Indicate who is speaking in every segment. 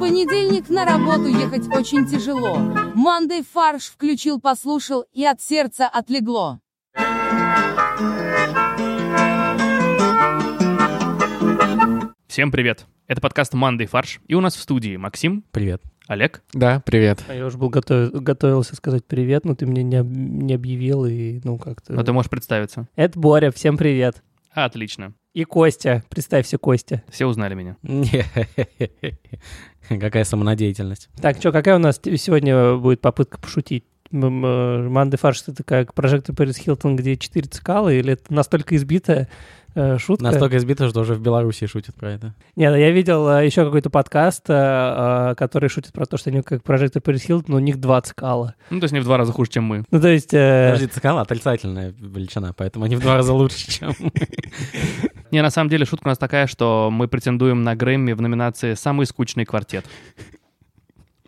Speaker 1: понедельник на работу ехать очень тяжело. Мандей фарш включил, послушал, и от сердца отлегло.
Speaker 2: Всем привет! Это подкаст «Мандай фарш», и у нас в студии Максим,
Speaker 3: Привет.
Speaker 2: Олег,
Speaker 3: Да, привет.
Speaker 4: А я уже был готов, готовился сказать привет, но ты мне не, об- не объявил, и ну как-то...
Speaker 2: но ты можешь представиться.
Speaker 4: Это Боря, всем привет.
Speaker 2: А, отлично,
Speaker 4: И Костя, представься, Костя.
Speaker 2: все узнали меня.
Speaker 3: Какая самонадеятельность.
Speaker 4: Так, что, какая у нас те- сегодня будет попытка пошутить? М, э, Манды фарш, это как прожектор Пэрис Хилтон, где четыре цикалы, или это настолько избитая э, шутка?
Speaker 3: Настолько избито, что уже в Беларуси шутят про это.
Speaker 4: Нет, я видел еще какой-то подкаст, э, э, который шутит про то, что они как прожектор Пэрис Хилтон, но у них два цикала.
Speaker 2: Ну, то есть не в два раза хуже, чем мы.
Speaker 4: Ну, то есть... э,
Speaker 3: Подожди, цикала отрицательная величина, поэтому они в два раза лучше, чем...
Speaker 2: Не, на самом деле, шутка у нас такая, что мы претендуем на Грэмми в номинации «Самый скучный квартет».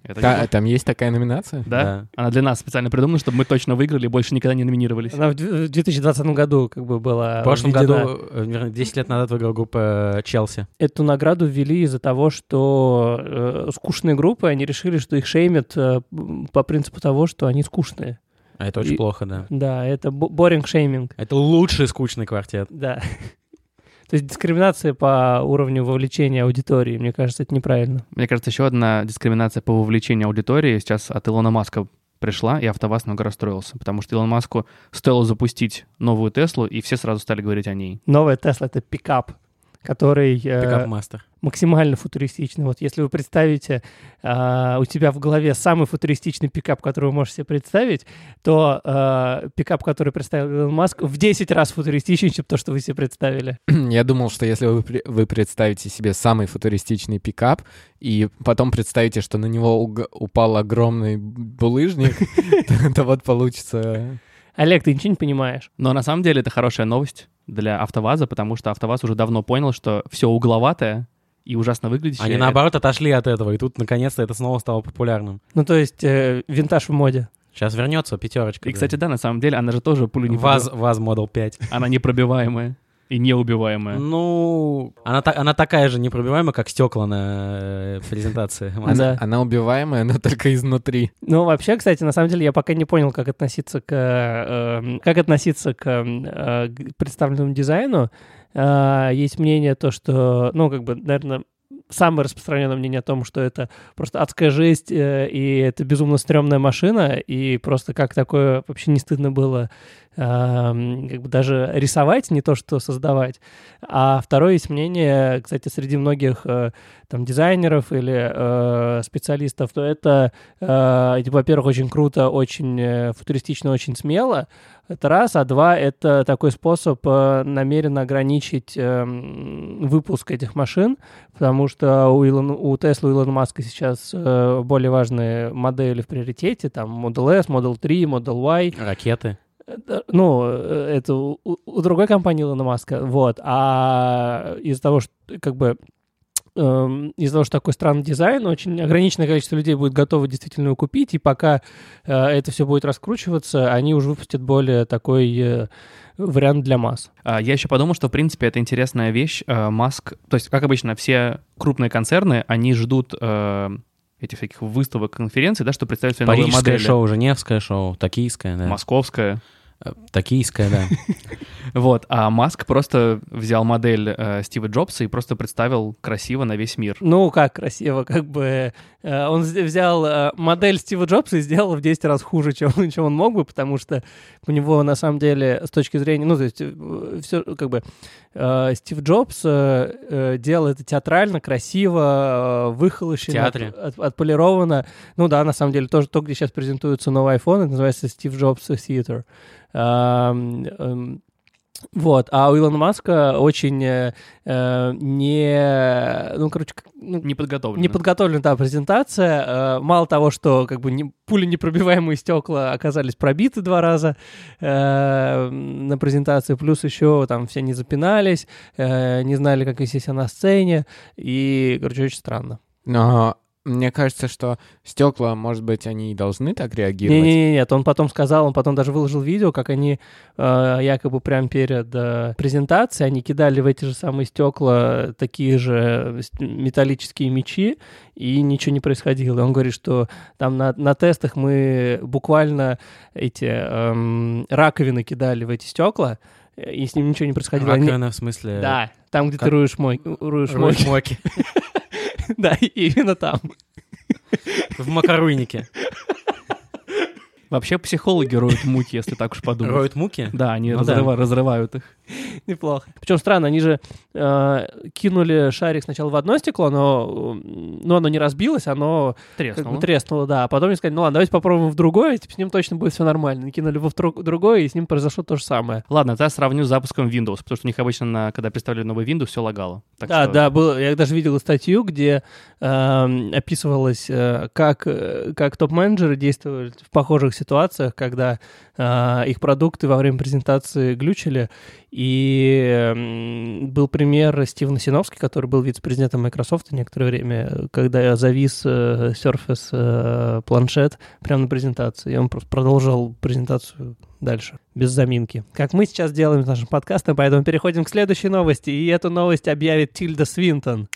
Speaker 2: Это не
Speaker 5: Та-
Speaker 2: шутка,
Speaker 5: там есть такая номинация?
Speaker 2: да?
Speaker 3: э, да.
Speaker 2: Она для нас специально придумана, чтобы мы точно выиграли и больше никогда не номинировались.
Speaker 4: Она в дв- в 2020 году как бы была
Speaker 3: В прошлом
Speaker 4: введена.
Speaker 3: году, э, вернее, 10 лет назад выиграла группа э, Челси.
Speaker 4: эту награду ввели из-за того, что э, скучные группы, они решили, что их шеймят э, м, по принципу того, что они скучные.
Speaker 3: А это
Speaker 4: И-
Speaker 3: очень плохо, да.
Speaker 4: Да, это боринг шейминг.
Speaker 3: Это лучший скучный квартет.
Speaker 4: Да. То есть дискриминация по уровню вовлечения аудитории, мне кажется, это неправильно.
Speaker 2: Мне кажется, еще одна дискриминация по вовлечению аудитории сейчас от Илона Маска пришла, и АвтоВАЗ много расстроился, потому что Илон Маску стоило запустить новую Теслу, и все сразу стали говорить о ней.
Speaker 4: Новая Тесла — это пикап, который э,
Speaker 3: Пикап-мастер.
Speaker 4: максимально футуристичный. Вот если вы представите э, у тебя в голове самый футуристичный пикап, который вы можете себе представить, то э, пикап, который представил Илон Маск, в 10 раз футуристичнее, чем то, что вы себе представили.
Speaker 5: Я думал, что если вы, пре- вы представите себе самый футуристичный пикап, и потом представите, что на него уг- упал огромный булыжник, то- то вот получится...
Speaker 4: Олег, ты ничего не понимаешь.
Speaker 2: Но на самом деле это хорошая новость для АвтоВАЗа, потому что АвтоВАЗ уже давно понял, что все угловатое и ужасно выглядящее...
Speaker 3: Они,
Speaker 2: это-
Speaker 3: наоборот, отошли от этого, и тут, наконец-то, это снова стало популярным.
Speaker 4: Ну, то есть э, винтаж в моде.
Speaker 3: Сейчас вернется пятерочка.
Speaker 2: И, кстати, да, на самом деле, она же тоже пулю не
Speaker 3: ВАЗ, ВАЗ Model 5.
Speaker 2: пробив- Она непробиваемая и неубиваемая.
Speaker 3: Ну, она, та- она такая же непробиваемая, как стекла на э, презентации.
Speaker 4: Да.
Speaker 5: Она она убиваемая, но только изнутри.
Speaker 4: Ну, вообще, кстати, на самом деле я пока не понял, как относиться к, э, э, как относиться к, э, к представленному дизайну. Э, есть мнение то, что, ну, как бы, наверное, самое распространенное мнение о том, что это просто адская жесть, э, и это безумно стрёмная машина, и просто как такое вообще не стыдно было э, м, как бы даже рисовать, не то что создавать. А второе есть мнение, кстати, среди многих э, там дизайнеров или э, специалистов, то это Э, типа, во-первых, очень круто, очень э, футуристично, очень смело. Это раз. А два, это такой способ э, намеренно ограничить э, м, выпуск этих машин, потому что у, Илон, у Tesla, у Илона Маска сейчас э, более важные модели в приоритете, там Model S, Model 3, Model Y.
Speaker 3: Ракеты.
Speaker 4: Э, Ну, э, это у, у другой компании Илона Маска, вот. А из-за того, что как бы эм, из-за того, что такой странный дизайн, очень ограниченное количество людей будет готово действительно его купить, и пока э, это все будет раскручиваться, они уже выпустят более такой э, вариант для масс.
Speaker 2: А, Я еще подумал, что, в принципе, это интересная вещь. Э, Маск, то есть, как обычно, все крупные концерны, они ждут э, этих всяких выставок, конференций, да, что представят свои новые
Speaker 3: Парижское
Speaker 2: модели.
Speaker 3: шоу, Женевское шоу, токийское, да.
Speaker 2: Московское.
Speaker 3: Э, Токийское, да.
Speaker 2: Вот. А Маск просто взял модель э, Стива Джобса и просто представил красиво на весь мир.
Speaker 4: Ну, как красиво, как бы... э, он с- взял э, модель Стива Джобса и сделал в 10 раз хуже, чем, чем он мог бы, потому что у него, на самом деле, с точки зрения... Ну, то есть, все, как бы... э, Стив Джобс э, э, делал это театрально, красиво, э, выхолощено,
Speaker 3: В театре.
Speaker 4: от- от- отполировано. Ну да, на самом деле, тоже то, где сейчас презентуется новый iPhone, это называется Стив Джобс Theater. Эм, эм, Вот, а у Илона Маска очень э, э, не, ну, короче, как- ну,
Speaker 2: Неподготовленно.
Speaker 4: неподготовленная да, презентация. Э, Мало того, что как бы не, пули непробиваемые стекла оказались пробиты два раза э, на презентации, плюс еще там все не запинались, э, не знали, как вести себя на сцене, и, короче, очень странно.
Speaker 5: Но Мне кажется, что стекла, может быть, они и должны так реагировать.
Speaker 4: Не-не-не, нет, он потом сказал, он потом даже выложил видео, как они э, якобы прям перед э, презентацией, они кидали в эти же самые стекла такие же э, с- металлические мечи, и ничего не происходило. И он говорит, что там на, на тестах мы буквально эти эм, раковины кидали в эти стекла, э, и с ним ничего не происходило. Они-
Speaker 3: Раковина, в смысле...
Speaker 4: Да, там, где ты
Speaker 3: как-
Speaker 4: руешь мой, руешь
Speaker 3: Рой
Speaker 4: мойки.
Speaker 3: Шмоки.
Speaker 4: Да, и- именно там.
Speaker 3: В макаруйнике.
Speaker 2: Вообще психологи роют муки, если так уж подумать.
Speaker 3: Роют муки?
Speaker 2: Да, они
Speaker 3: Ну да.
Speaker 2: разрыва- разрывают их.
Speaker 4: Неплохо. Причем странно, они же э, кинули шарик сначала в одно стекло, но, м, но оно не разбилось, оно как бы
Speaker 2: Треснуло.
Speaker 4: треснуло, да. А потом они сказали, ну ладно, давайте попробуем в другое, типа, с ним точно будет все нормально. Они кинули во втру- другое, и с ним произошло то же самое.
Speaker 2: Ладно, тогда сравню с запуском Windows, потому что у них обычно, на- когда представляли новый Windows, все лагало. Так
Speaker 4: да,
Speaker 2: что-
Speaker 4: да, был, я даже видел статью, где эм, описывалось, э, как, э, как топ-менеджеры действовали в похожих ситуациях, когда э, их продукты во время презентации глючили. И эм, был пример Стивена Синовски, который был вице-президентом Microsoft некоторое время, э, когда завис э, Surface э, планшет прямо на презентации. И он просто продолжал презентацию дальше, без заминки. Как мы сейчас делаем с нашим подкастом, поэтому переходим к следующей новости. И эту новость объявит Тильда Свинтон.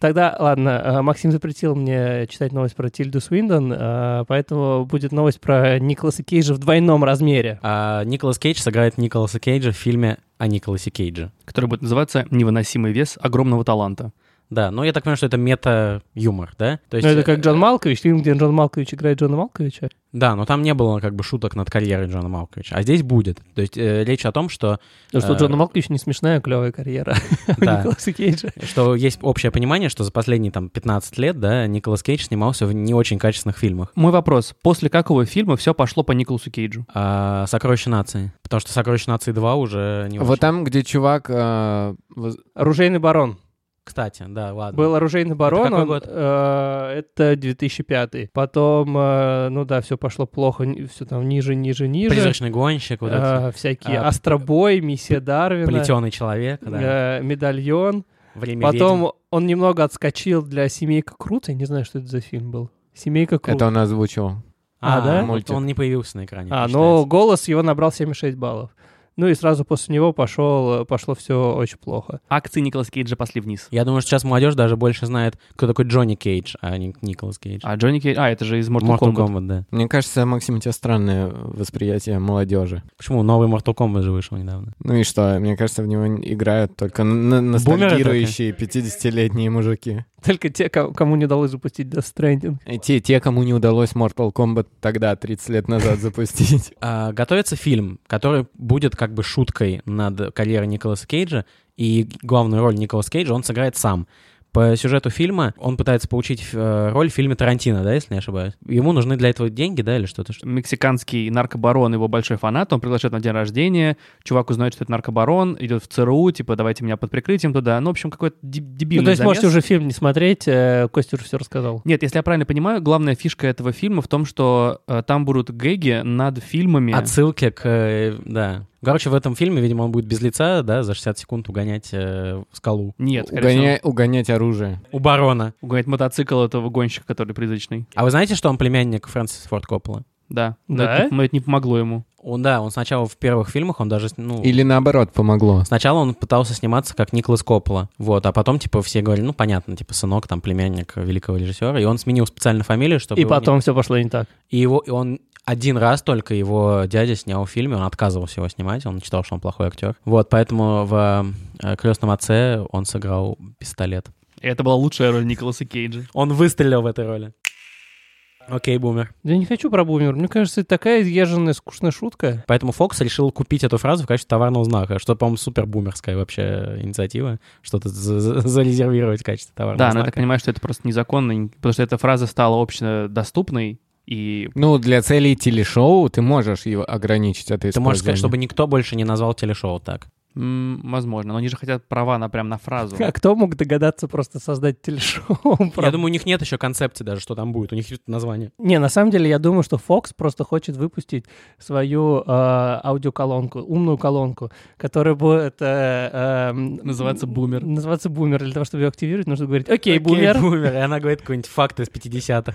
Speaker 4: Тогда, ладно, э, Максим запретил мне читать новость про Тильду Свинтон, э, поэтому будет новость про Николаса Кейджа в двойном размере.
Speaker 3: А Николас Кейдж сыграет Николаса Кейджа в фильме о Николасе Кейдже.
Speaker 2: Который будет называться «Невыносимый вес огромного таланта».
Speaker 3: Да, но я так понимаю, что это мета-юмор, да? То
Speaker 4: Ну, это как
Speaker 3: э,
Speaker 4: Джон Малкович, фильм, где Джон Малкович играет Джона Малковича.
Speaker 3: Да, но там не было как бы шуток над карьерой Джона Малковича. А здесь будет. То есть э, речь о том, что,
Speaker 4: Потому Ну, что у
Speaker 3: Э,
Speaker 4: Джона Малковича не смешная, а клевая карьера. У
Speaker 3: да,
Speaker 4: Николаса Кейджа.
Speaker 3: что есть общее понимание, что за последние там 15 лет, да, Николас Кейдж снимался в не очень качественных фильмах.
Speaker 2: Мой вопрос. После какого фильма все пошло по Николасу Кейджу?
Speaker 3: А, «Сокровище нации». Потому что «Сокровище нации 2» уже не
Speaker 5: Вот а-
Speaker 3: очень.
Speaker 5: там, где чувак... э, воз-
Speaker 4: Оружейный барон.
Speaker 3: Кстати, да, ладно.
Speaker 4: Был оружейный барон.
Speaker 3: какой
Speaker 4: он,
Speaker 3: год?
Speaker 4: э, это 2005. Потом, э, ну да, все пошло плохо, все там ниже, ниже, ниже.
Speaker 3: «Призрачный гонщик», вот
Speaker 4: Э, всякие
Speaker 3: А,
Speaker 4: Астробой, Миссия Дарвина.
Speaker 3: «Плетеный человек», да,
Speaker 4: э, Медальон.
Speaker 3: «Время
Speaker 4: Потом
Speaker 3: ведьм».
Speaker 4: он немного отскочил для Семейка Крут. Я не знаю, что это за фильм был. Семейка Крут.
Speaker 5: Это он озвучивал.
Speaker 4: а, да?
Speaker 3: вот
Speaker 5: Мультик.
Speaker 3: Он не появился на экране.
Speaker 4: А,
Speaker 3: это
Speaker 4: но
Speaker 3: считается.
Speaker 4: голос его набрал 76 баллов. Ну и сразу после него пошел, пошло все очень плохо.
Speaker 2: Акции Николаса Кейджа пошли вниз.
Speaker 3: Я думаю, что сейчас молодежь даже больше знает, кто такой Джонни Кейдж, а не Николас Кейдж.
Speaker 2: А Джонни Кейдж... А, это же из Mortal,
Speaker 3: Mortal
Speaker 2: Kombat.
Speaker 3: Kombat, да.
Speaker 5: Мне кажется, Максим, у тебя странное восприятие молодежи.
Speaker 3: Почему? Новый Mortal Kombat же вышел недавно.
Speaker 5: Ну и что? Мне кажется, в него играют только н- н- ностальгирующие 50-летние мужики.
Speaker 4: Только те, ко- кому не удалось запустить Death Stranding. Ну,
Speaker 5: И Э, те, те, кому не удалось Mortal Kombat тогда, 30 лет назад, запустить.
Speaker 3: А, готовится фильм, который будет как бы шуткой над карьерой Николаса Кейджа, и главную роль Николаса Кейджа он сыграет сам. По сюжету фильма он пытается получить э, роль в фильме Тарантино, да, если не ошибаюсь? Ему нужны для этого деньги, да, или что-то? что-
Speaker 2: Мексиканский наркобарон, его большой фанат, он приглашает на день рождения, чувак узнает, что это наркобарон, идет в ЦРУ, типа, давайте меня под прикрытием туда. Ну, в общем, какой-то де- дебильный
Speaker 4: Ну, то есть
Speaker 2: замес.
Speaker 4: можете уже фильм не смотреть, э, Костя уже все рассказал.
Speaker 2: Нет, если я правильно понимаю, главная фишка этого фильма в том, что э, там будут гэги над фильмами.
Speaker 3: Отсылки к... э, да. Короче, в этом фильме, видимо, он будет без лица, да, за 60 секунд угонять э, скалу.
Speaker 2: Нет, скорее всего,
Speaker 5: Угоня- Угонять оружие.
Speaker 3: У барона.
Speaker 2: угонять мотоцикл этого гонщика, который призрачный.
Speaker 3: А вы знаете, что он племянник Фрэнсиса Форд Коппола?
Speaker 2: Да. Но
Speaker 4: Да?
Speaker 2: это- но это не помогло ему.
Speaker 3: Он, да, он сначала в первых фильмах, он даже, ну...
Speaker 5: Или наоборот, помогло.
Speaker 3: Сначала он пытался сниматься как Николас Коппола, вот, а потом, типа, все говорили, ну, понятно, типа, сынок, там, племянник великого режиссера, и он сменил специально фамилию, чтобы...
Speaker 4: И
Speaker 3: его не-
Speaker 4: потом все пошло не так.
Speaker 3: И его, и он один раз только его дядя снял в фильме, он отказывался его снимать, он считал, что он плохой актер. Вот, поэтому в э, «Крестном отце» он сыграл пистолет.
Speaker 2: И Это была лучшая роль Николаса Кейджа.
Speaker 3: Он выстрелил в этой роли. Окей, бумер.
Speaker 4: Я не хочу про бумер. Мне кажется, это такая изъезженная, скучная шутка.
Speaker 3: Поэтому Фокс решил купить эту фразу в качестве товарного знака, что, по-моему, супер бумерская вообще инициатива, что-то за- за- зарезервировать в качестве товарного
Speaker 2: Да, но я
Speaker 3: знака.
Speaker 2: так понимаю, что это просто незаконно, и- потому что эта фраза стала общедоступной, и
Speaker 5: Ну, для целей телешоу ты можешь его ограничить от
Speaker 3: Ты можешь
Speaker 5: использования.
Speaker 3: сказать, чтобы никто больше не назвал телешоу так.
Speaker 2: М, возможно, но они же хотят права на прям на фразу.
Speaker 4: А кто мог догадаться просто создать телешоу?
Speaker 3: Я думаю, у них нет еще концепции даже, что там будет. У них есть название.
Speaker 4: Не, на самом деле я думаю, что Fox просто хочет выпустить свою э, аудиоколонку, умную колонку, которая будет... э, э, м,
Speaker 2: Называться «Бумер».
Speaker 4: Называться бумер. Для того, чтобы ее активировать, нужно говорить «Окей, бумер».
Speaker 3: бумер. И она говорит какой-нибудь факт из 50-х.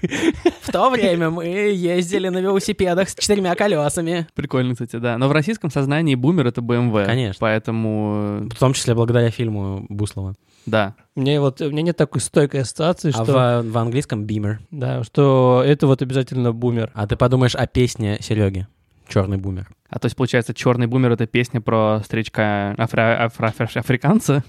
Speaker 3: В то время мы ездили на велосипедах с четырьмя колесами.
Speaker 2: Прикольно, кстати, да. Но в российском сознании бумер — это BMW.
Speaker 3: Конечно.
Speaker 2: Поэтому, э,
Speaker 3: В том числе благодаря фильму Буслова.
Speaker 2: да.
Speaker 4: У меня, вот, у меня нет такой стойкой ассоциации,
Speaker 3: А
Speaker 4: что,
Speaker 3: в, в английском бимер.
Speaker 4: да, что это вот обязательно бумер.
Speaker 3: А ты подумаешь о песне Сереги «Черный бумер».
Speaker 2: А то есть, получается, черный бумер это песня про встречка афра- афра- афра- африканца.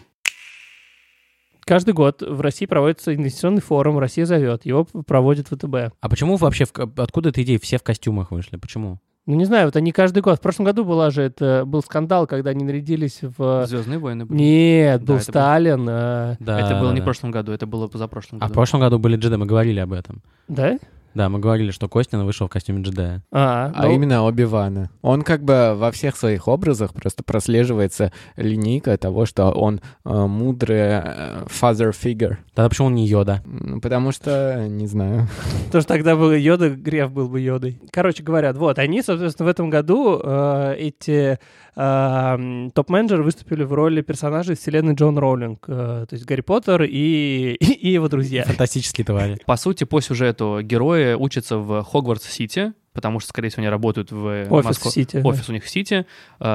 Speaker 4: Каждый год в России проводится инвестиционный форум «Россия зовет». Его проводит ВТБ.
Speaker 3: А почему вообще, в ко- откуда эта идея? Все в костюмах вышли. Почему?
Speaker 4: Ну, не знаю, вот они каждый год. В прошлом году была же это, был скандал, когда они нарядились в...
Speaker 2: Звездные войны. были.
Speaker 4: Нет,
Speaker 2: Да,
Speaker 4: был
Speaker 2: это был-
Speaker 4: Сталин. э,
Speaker 3: Да,
Speaker 2: Это было
Speaker 3: да,
Speaker 2: не в
Speaker 3: да.
Speaker 2: прошлом году, это было позапрошлом
Speaker 3: А в
Speaker 2: году.
Speaker 3: прошлом году были джеды, мы говорили об этом.
Speaker 4: Да?
Speaker 3: Да, мы говорили, что Костин вышел в костюме джедая.
Speaker 4: А,
Speaker 5: А
Speaker 4: ну,
Speaker 5: именно Оби-Вана. Он как бы во всех своих образах просто прослеживается линейка того, что он э, мудрый э, father figure.
Speaker 3: Тогда почему он не Йода?
Speaker 5: М, Потому что, не знаю,
Speaker 4: Потому что тогда был Йода, Греф был бы Йодой. Короче говоря, вот, они, соответственно, в этом году э, эти э, м, топ-менеджеры выступили в роли персонажей из вселенной Джон Роллинг. э, то есть Гарри Поттер и, и его друзья.
Speaker 3: Фантастические твари.
Speaker 2: По сути, по сюжету герои учатся в Хогвартс-Сити, потому что, скорее всего, они работают в
Speaker 4: Офис
Speaker 2: Моско-
Speaker 4: в Сити. да.
Speaker 2: Офис у них в Сити, э,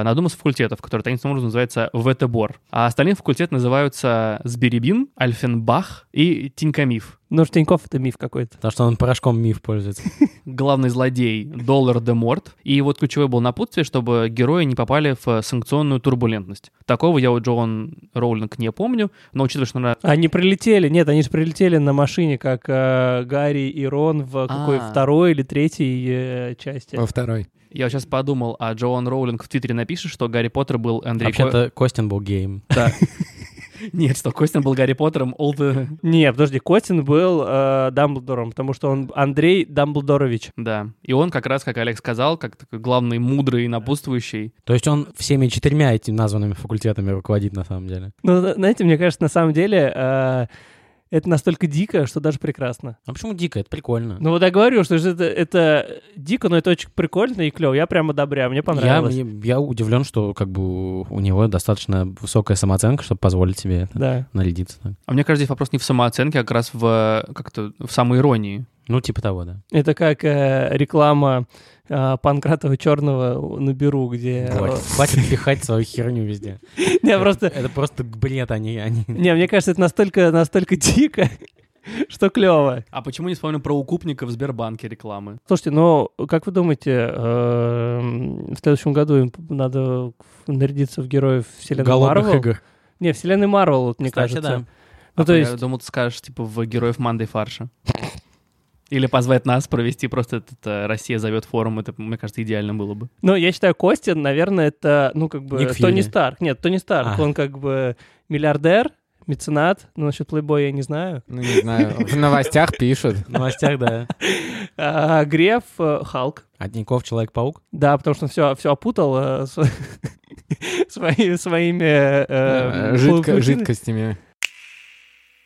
Speaker 2: на одном из факультетов, который таинственным образом называется ВТБОР. А остальные факультеты называются Сберебин, Альфенбах и Тинькамиф.
Speaker 4: Ну, что Тиньков — это миф какой-то.
Speaker 3: Потому что он порошком миф пользуется.
Speaker 2: Главный злодей — Доллар де Морт. И вот ключевой был напутствие, чтобы герои не попали в э, санкционную турбулентность. Такого я у Джоан Роулинг не помню, но учитывая, что она...
Speaker 4: Они прилетели, нет, они же прилетели на машине, как э, Гарри и Рон в какой
Speaker 2: А.
Speaker 4: второй или третьей э, части.
Speaker 5: во второй.
Speaker 2: Я сейчас подумал, а Джоан Роулинг в Твиттере напишет, что Гарри Поттер был Андрей... Ко-
Speaker 3: Вообще-то Костин был гейм.
Speaker 2: Да. Нет, что Костин был Гарри Поттером, all the...
Speaker 4: Не, подожди, Котин был э, Дамблдором, потому что он Андрей Дамблдорович.
Speaker 2: Да. И он как раз, как Олег сказал, как такой главный мудрый и напутствующий.
Speaker 3: То есть он всеми четырьмя этими названными факультетами руководит на самом деле.
Speaker 4: Ну, зна- знаете, мне кажется, на самом деле э, это настолько дико, что даже прекрасно.
Speaker 3: А почему дико? Это прикольно.
Speaker 4: Ну вот я говорю, что же это, это дико, но это очень прикольно и клево. Я прям одобряю, мне
Speaker 3: я,
Speaker 4: понравилось.
Speaker 3: мне- я удивлен, что как бы у него достаточно высокая самооценка, чтобы позволить себе это,
Speaker 4: Да.
Speaker 3: нарядиться. так.
Speaker 2: А мне кажется, здесь вопрос не в самооценке, а как раз в э, как-то в самоиронии.
Speaker 3: Ну, типа того, да.
Speaker 4: Это как э, реклама э, Панкратова Черного на Беру, где...
Speaker 3: Хватит, хватит пихать свою херню везде.
Speaker 4: Я просто...
Speaker 3: Это просто бред, а они... они...
Speaker 4: Не, мне кажется, это настолько, настолько дико, что клево.
Speaker 2: А почему не вспомнил про укупника в Сбербанке рекламы?
Speaker 4: Слушайте, но как вы думаете, эм, в следующем году им надо нарядиться в героев вселенной
Speaker 3: Голодных
Speaker 4: Марвел?
Speaker 3: игр.
Speaker 4: Не, вселенной Марвел, вот, мне
Speaker 3: Кстати,
Speaker 4: кажется.
Speaker 3: да.
Speaker 4: Ну, то
Speaker 2: А Я
Speaker 4: есть,
Speaker 2: думал, ты скажешь, типа, в героев Манды Фарша. Или позвать нас провести просто этот э, «Россия зовет форум». Это, мне кажется, идеально было бы.
Speaker 4: ну, я считаю, Костин, наверное, это, ну, как бы,
Speaker 3: Ник Фьюри.
Speaker 4: Тони Старк. Нет, Тони Старк,
Speaker 3: А.
Speaker 4: он как бы миллиардер, меценат, ну, насчет плейбоя я не знаю.
Speaker 5: Ну, не знаю, в новостях пишут.
Speaker 3: В новостях, да.
Speaker 4: А, Греф, э, Халк.
Speaker 3: От Ников Человек-паук.
Speaker 4: Да, потому что он все, все опутал э, с- свои- своими... э,
Speaker 5: Э, жидко-
Speaker 4: паутиной.
Speaker 5: Жидкостями.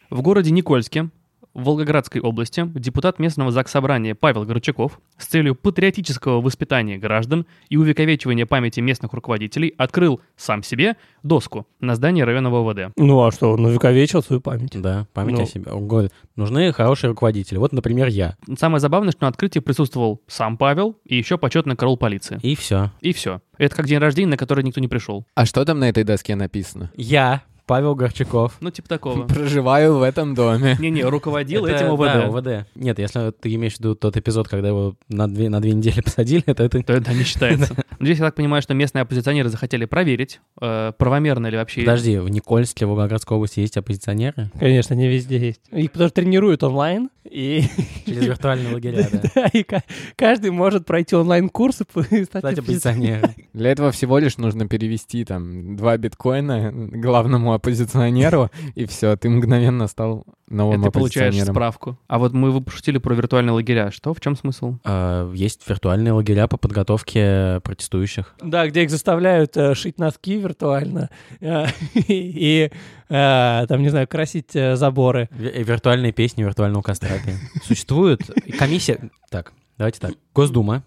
Speaker 2: В городе Никольске, в Волгоградской области, депутат местного заксобрания Павел Горчаков с целью патриотического воспитания граждан и увековечивания памяти местных руководителей открыл сам себе доску на здании района ВВД.
Speaker 4: Ну, а что, он увековечил свою память.
Speaker 3: Да, память
Speaker 4: Ну.
Speaker 3: о себе. Он говорит, нужны хорошие руководители. Вот, например, я.
Speaker 2: Самое забавное, что на открытии присутствовал сам Павел и еще почетный корол полиции.
Speaker 3: И все.
Speaker 2: И все. Это как день рождения, на который никто не пришел.
Speaker 5: А что там на этой доске написано?
Speaker 3: Я, Павел Горчаков.
Speaker 2: Ну, типа такого.
Speaker 5: Проживаю в этом доме.
Speaker 2: Не-не, руководил
Speaker 3: Это,
Speaker 2: этим
Speaker 3: да,
Speaker 2: ОВД.
Speaker 3: ОВД. Нет, если ты имеешь в виду тот эпизод, когда его на две, на две недели посадили, то это...
Speaker 2: То это не считается. Но Здесь я так понимаю, что местные оппозиционеры захотели проверить, э, правомерно ли вообще...
Speaker 3: Подожди, в Никольске, в Волгоградской области есть оппозиционеры?
Speaker 4: Конечно, не везде есть. Их потому что тренируют онлайн, и,
Speaker 3: Через виртуальные лагеря, да.
Speaker 4: да, и ка- каждый может пройти онлайн-курс и п- и стать
Speaker 3: Кстати,
Speaker 4: оппозиционером.
Speaker 3: оппозиционеры.
Speaker 5: Для этого всего лишь нужно перевести там два биткоина главному оппозиционеру, и все, ты мгновенно стал новым
Speaker 2: и ты получаешь
Speaker 5: оппозиционерам.
Speaker 2: справку. А вот мы вы пошутили про виртуальные лагеря. Что? В чем смысл?
Speaker 3: Э, Есть виртуальные лагеря по подготовке протестующих.
Speaker 4: Да, где их заставляют э, шить носки виртуально э, и, э, там, не знаю, красить э, заборы.
Speaker 3: Ви- э, Виртуальные песни виртуального костропия. Существует комиссия... Так, давайте так. Госдума.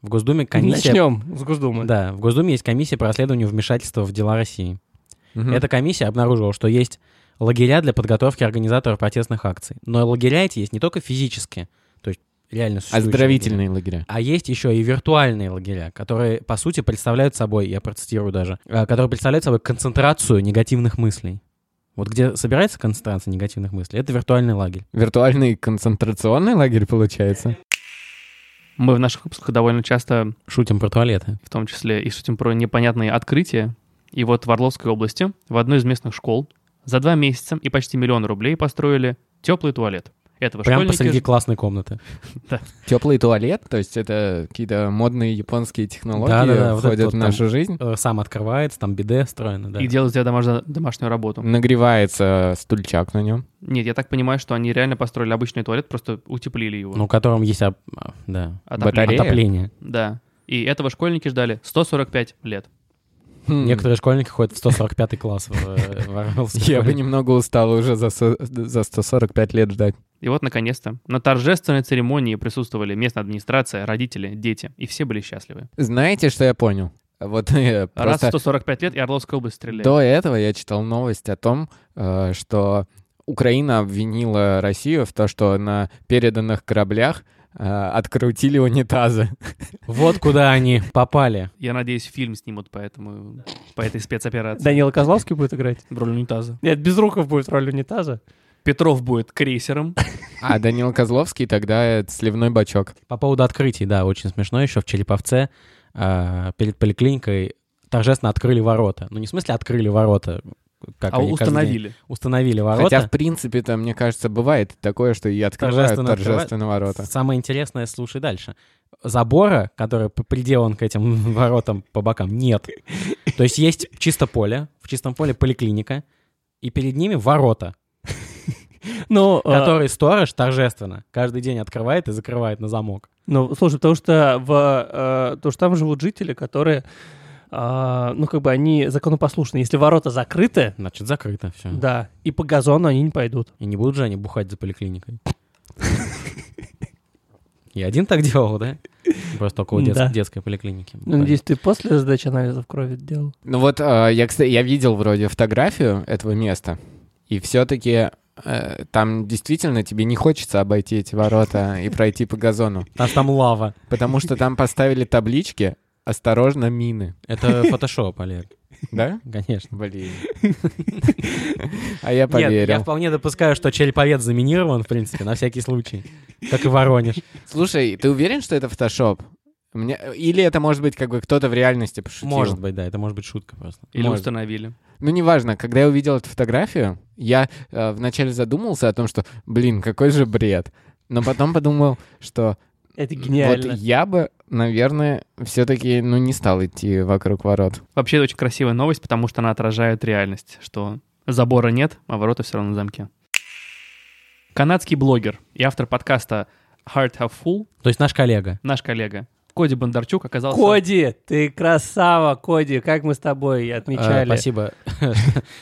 Speaker 3: В Госдуме комиссия...
Speaker 4: Начнем с Госдумы.
Speaker 3: Да, в Госдуме есть комиссия по расследованию вмешательства в дела России.
Speaker 5: Мгм. А
Speaker 3: Эта комиссия обнаружила, что есть лагеря для подготовки организаторов протестных акций. Но лагеря эти есть не только физически, то есть реально существующие лагеря.
Speaker 5: Оздоровительные лагеря.
Speaker 3: А есть еще и виртуальные лагеря, которые, по сути, представляют собой, я процитирую даже, э, которые представляют собой концентрацию негативных мыслей. Вот где собирается концентрация негативных мыслей, это виртуальный лагерь.
Speaker 5: Виртуальный концентрационный лагерь, получается.
Speaker 2: Мы в наших выпусках довольно часто,
Speaker 3: Шутим про туалеты.
Speaker 2: в том числе, и шутим про непонятные открытия. И вот в Орловской области, в одной из местных школ, за два месяца и почти миллион рублей построили теплый туалет. Этого
Speaker 3: Прямо
Speaker 2: школьники...
Speaker 3: посреди классной комнаты.
Speaker 5: Теплый туалет, то есть это какие-то модные японские технологии
Speaker 3: Да-да-да, вот это
Speaker 5: входят
Speaker 3: вот
Speaker 5: в
Speaker 3: там.
Speaker 5: нашу жизнь.
Speaker 3: Э, Сам открывается, там биде встроено, да.
Speaker 2: И делают для домашнего- домашнюю работу.
Speaker 5: Нагревается стульчак на нем.
Speaker 2: Нет, я так понимаю, что они реально построили обычный туалет, просто утеплили его.
Speaker 3: Ну, в котором есть, об- а, да,
Speaker 2: Отопление.
Speaker 5: батарея?
Speaker 3: отопление.
Speaker 2: Да. И этого школьники ждали 145 лет.
Speaker 5: Хм.
Speaker 3: Некоторые школьники ходят в 145 класс в, э, в Орловской
Speaker 5: Я бы
Speaker 3: школе.
Speaker 5: немного устал уже за, со- за 145 лет ждать.
Speaker 2: И вот, наконец-то, на торжественной церемонии присутствовали местная администрация, родители, дети. И все были счастливы.
Speaker 5: Знаете, что я понял? Вот э,
Speaker 2: Раз в
Speaker 5: просто
Speaker 2: 145 лет и Орловская область стреляет.
Speaker 5: до этого я читал новость о том, э, что Украина обвинила Россию в то, что на переданных кораблях э, открутили унитазы.
Speaker 3: Вот куда они попали.
Speaker 2: Я надеюсь, фильм снимут по, этому, по этой спецоперации.
Speaker 4: Данила Козловский будет играть?
Speaker 2: В роль унитаза.
Speaker 4: Нет, Безруков будет роль унитаза.
Speaker 2: Петров будет крейсером.
Speaker 5: А Данил Козловский тогда это сливной бачок.
Speaker 3: По поводу открытий, да, очень смешно. Еще в Череповце а, перед поликлиникой торжественно открыли ворота. Ну, не в смысле открыли ворота, как
Speaker 2: а
Speaker 3: они каждый день
Speaker 2: установили.
Speaker 3: установили ворота.
Speaker 5: Хотя, в принципе-то, мне кажется, бывает такое, что и открывают
Speaker 3: Торжественно
Speaker 5: торжественно ворота.
Speaker 3: Самое интересное, слушай дальше. Забора, который п- приделан к этим воротам по бокам, нет. То есть есть чисто поле, в чистом поле поликлиника, и перед ними ворота,
Speaker 4: Ну, а,
Speaker 3: которые сторож торжественно каждый день открывает и закрывает на замок.
Speaker 4: ну, слушай, потому что в, э, потому что там живут жители, которые, а, ну, как бы они законопослушные. Если ворота закрыты,
Speaker 3: Значит, закрыто все.
Speaker 4: да, и по газону они не пойдут.
Speaker 3: И не будут же они бухать за поликлиникой. Я один так делал, да? Просто около дет-
Speaker 4: Да.
Speaker 3: детской поликлиники.
Speaker 4: Ну, Надеюсь, ты после сдачи анализов крови это делал.
Speaker 5: Ну вот, э, я, кстати, я видел вроде фотографию этого места, и все-таки там действительно тебе не хочется обойти эти ворота и пройти по газону,
Speaker 3: Потому что там лава.
Speaker 5: потому что там поставили таблички «Осторожно, мины».
Speaker 3: Это фотошоп, Олег,
Speaker 5: Да?
Speaker 3: конечно.
Speaker 5: Блин. А я
Speaker 3: Нет, ну я
Speaker 5: поверил.
Speaker 3: вполне допускаю, что череповец заминирован, в принципе, на всякий случай. Как и Воронеж.
Speaker 5: Слушай, ты уверен, что это фотошоп? Мне... Или это, может быть, как бы кто-то в реальности пошутил?
Speaker 3: Может быть, да, это может быть шутка просто.
Speaker 2: Или
Speaker 5: Может.
Speaker 2: установили.
Speaker 5: Ну, неважно, когда я увидел эту фотографию, я э, вначале задумался о том, что, блин, какой же бред. Но потом подумал, что
Speaker 4: Это гениально.
Speaker 5: вот я бы, наверное, все-таки, ну, не стал идти вокруг ворот.
Speaker 2: Вообще, это очень красивая новость, потому что она отражает реальность, что забора нет, а ворота все равно на замке. Канадский блогер и автор подкаста Heart Have Full,
Speaker 3: То есть наш коллега.
Speaker 2: наш коллега Коди Бондарчук оказался...
Speaker 4: Коди, ты красава, Коди, как мы с тобой
Speaker 3: Э,
Speaker 4: отмечали.
Speaker 3: Спасибо, что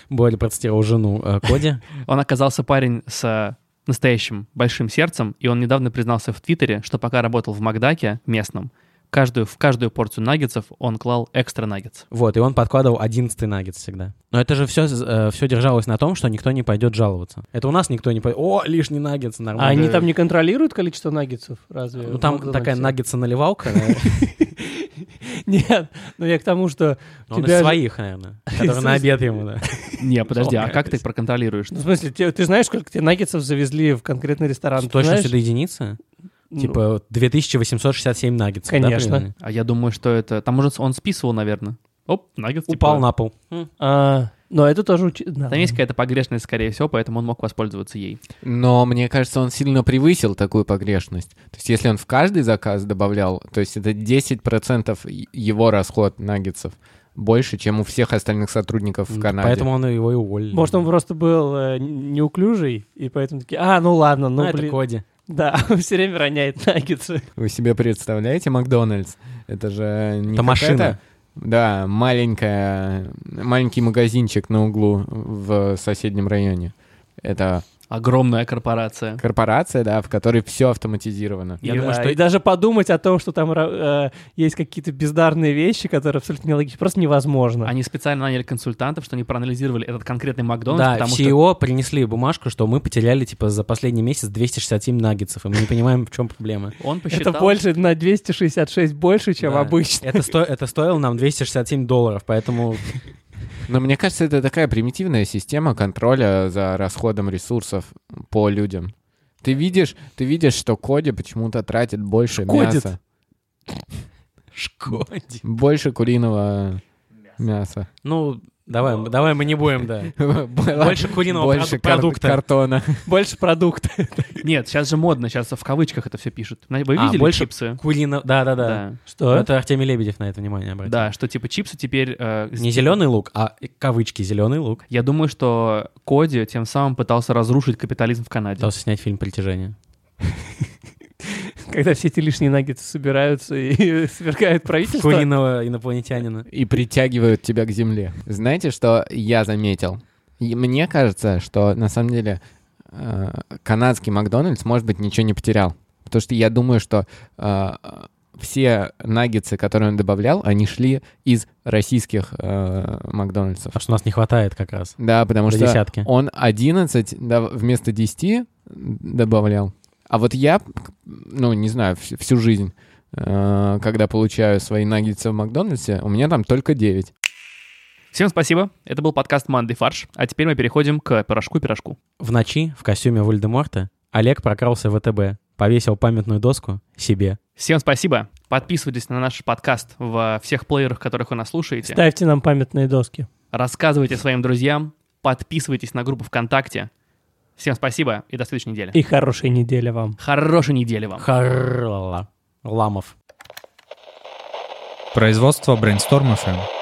Speaker 3: Боря процитировал жену э, Коди.
Speaker 2: Он оказался парень с э, настоящим большим сердцем, и он недавно признался в Твиттере, что пока работал в Макдаке местном, каждую, в каждую порцию наггетсов он клал экстра наггетс.
Speaker 3: Вот, и он подкладывал 11 наггетс всегда. Но это же все, все держалось на том, что никто не пойдет жаловаться. Это у нас никто не пойдет. О, лишний наггетс,
Speaker 4: А
Speaker 3: нормально. Э,
Speaker 4: они там не контролируют количество наггетсов? Разве?
Speaker 3: Ну
Speaker 4: в
Speaker 3: там
Speaker 4: Макдональдсе?
Speaker 3: такая наггетса-наливалка, наверное.
Speaker 4: Нет, ну я к тому, что...
Speaker 3: Но Ну, он
Speaker 4: Тебя
Speaker 3: из
Speaker 4: же-
Speaker 3: своих, наверное, которые на обед ему, да.
Speaker 2: Не, подожди, а как ты их проконтролируешь?
Speaker 4: Ну, в смысле, те- ты знаешь, сколько тебе наггетсов завезли в конкретный ресторан?
Speaker 3: С
Speaker 4: Ты знаешь?
Speaker 3: точностью до единицы?
Speaker 4: Ну,
Speaker 3: Типа 2867 наггетсов, да,
Speaker 4: Конечно.
Speaker 3: примерно?
Speaker 2: А я думаю, что это... Там уже он списывал, наверное. Оп, наггетс. типа.
Speaker 3: Упал на пол.
Speaker 4: а, но это тоже... учи- да,
Speaker 2: Там есть какая-то погрешность, скорее всего, поэтому он мог воспользоваться ей.
Speaker 5: Но мне кажется, он сильно превысил такую погрешность. То есть если он в каждый заказ добавлял, то есть это 10% его расход наггетсов, больше, чем у всех остальных сотрудников в Канаде.
Speaker 3: Поэтому он его и уволил.
Speaker 4: Может, он просто был э, неуклюжий, и поэтому такие, а, ну ладно, ну,
Speaker 3: ну, это
Speaker 4: блин.
Speaker 3: Коди.
Speaker 4: Да, он все время роняет наггетсы.
Speaker 5: Вы себе представляете Макдональдс? Это же не
Speaker 3: Это машина.
Speaker 5: какая-то- Да, маленькая, маленький магазинчик на углу в соседнем районе. Это
Speaker 2: Огромная корпорация.
Speaker 5: корпорация, да, в которой все автоматизировано.
Speaker 4: И,
Speaker 3: Я думаю,
Speaker 4: да,
Speaker 3: что-
Speaker 4: и даже подумать о том, что там ра- э, есть какие-то бездарные вещи, которые абсолютно нелогичны, просто невозможно.
Speaker 2: Они специально наняли консультантов, что они проанализировали этот конкретный Макдональдс,
Speaker 3: Да,
Speaker 2: потому
Speaker 3: в
Speaker 2: что...
Speaker 3: CEO принесли бумажку, что мы потеряли, типа, за последний месяц 267 наггетсов, и мы не понимаем, в чем проблема.
Speaker 2: Он посчитал...
Speaker 4: Это больше на 266 больше, чем
Speaker 3: Да.
Speaker 4: обычно.
Speaker 3: Это, сто- это стоило нам 267 долларов, поэтому
Speaker 5: Но мне кажется, это такая примитивная система контроля за расходом ресурсов по людям. Ты видишь, ты видишь, что Коди почему-то тратит больше
Speaker 4: Шкодит.
Speaker 5: мяса,
Speaker 3: Шкоди.
Speaker 5: больше куриного мяса,
Speaker 3: Ну, давай, мы- давай мы не будем, да. Больше куриного
Speaker 5: больше
Speaker 3: проду- продукта.
Speaker 5: кар- картона.
Speaker 4: Больше продукта.
Speaker 2: Нет, сейчас же модно, сейчас в кавычках это все пишут. Вы
Speaker 3: А,
Speaker 2: видели
Speaker 3: больше
Speaker 2: чипсы?
Speaker 3: Курино... Да-да-да.
Speaker 2: Да.
Speaker 4: Что?
Speaker 3: Это Артемий Лебедев на это внимание обратил.
Speaker 2: Да, что типа чипсы теперь... э, с-
Speaker 3: Не зеленый лук, а кавычки зеленый лук.
Speaker 2: Я думаю, что Коди тем самым пытался разрушить капитализм в Канаде.
Speaker 3: Пытался снять фильм «Притяжение».
Speaker 4: Когда все эти лишние наггетсы собираются и свергают правительство.
Speaker 3: Куриного инопланетянина.
Speaker 5: и притягивают тебя к земле. Знаете, что я заметил? И мне кажется, что на самом деле э, канадский Макдональдс, может быть, ничего не потерял. Потому что я думаю, что э, все наггетсы, которые он добавлял, они шли из российских э, Макдональдсов.
Speaker 3: А что нас не хватает как раз.
Speaker 5: Да, потому
Speaker 3: До
Speaker 5: что
Speaker 3: десятки.
Speaker 5: он 11 да, вместо 10 добавлял. А вот я, ну, не знаю, вс- всю жизнь, э, когда получаю свои наггетсы в Макдональдсе, у меня там только 9.
Speaker 2: Всем спасибо. Это был подкаст «Манды фарш». А теперь мы переходим к «Пирожку-пирожку».
Speaker 3: В ночи в костюме Вольдеморта Олег прокрался в ВТБ, повесил памятную доску себе.
Speaker 2: Всем спасибо. Подписывайтесь на наш подкаст во всех плеерах, которых вы нас слушаете.
Speaker 4: Ставьте нам памятные доски.
Speaker 2: Рассказывайте своим друзьям. Подписывайтесь на группу ВКонтакте. Всем спасибо и до следующей недели.
Speaker 4: И хорошей недели вам.
Speaker 2: Хорошей недели вам.
Speaker 3: Харла. Ламов.
Speaker 6: Производство Brainstorm FM.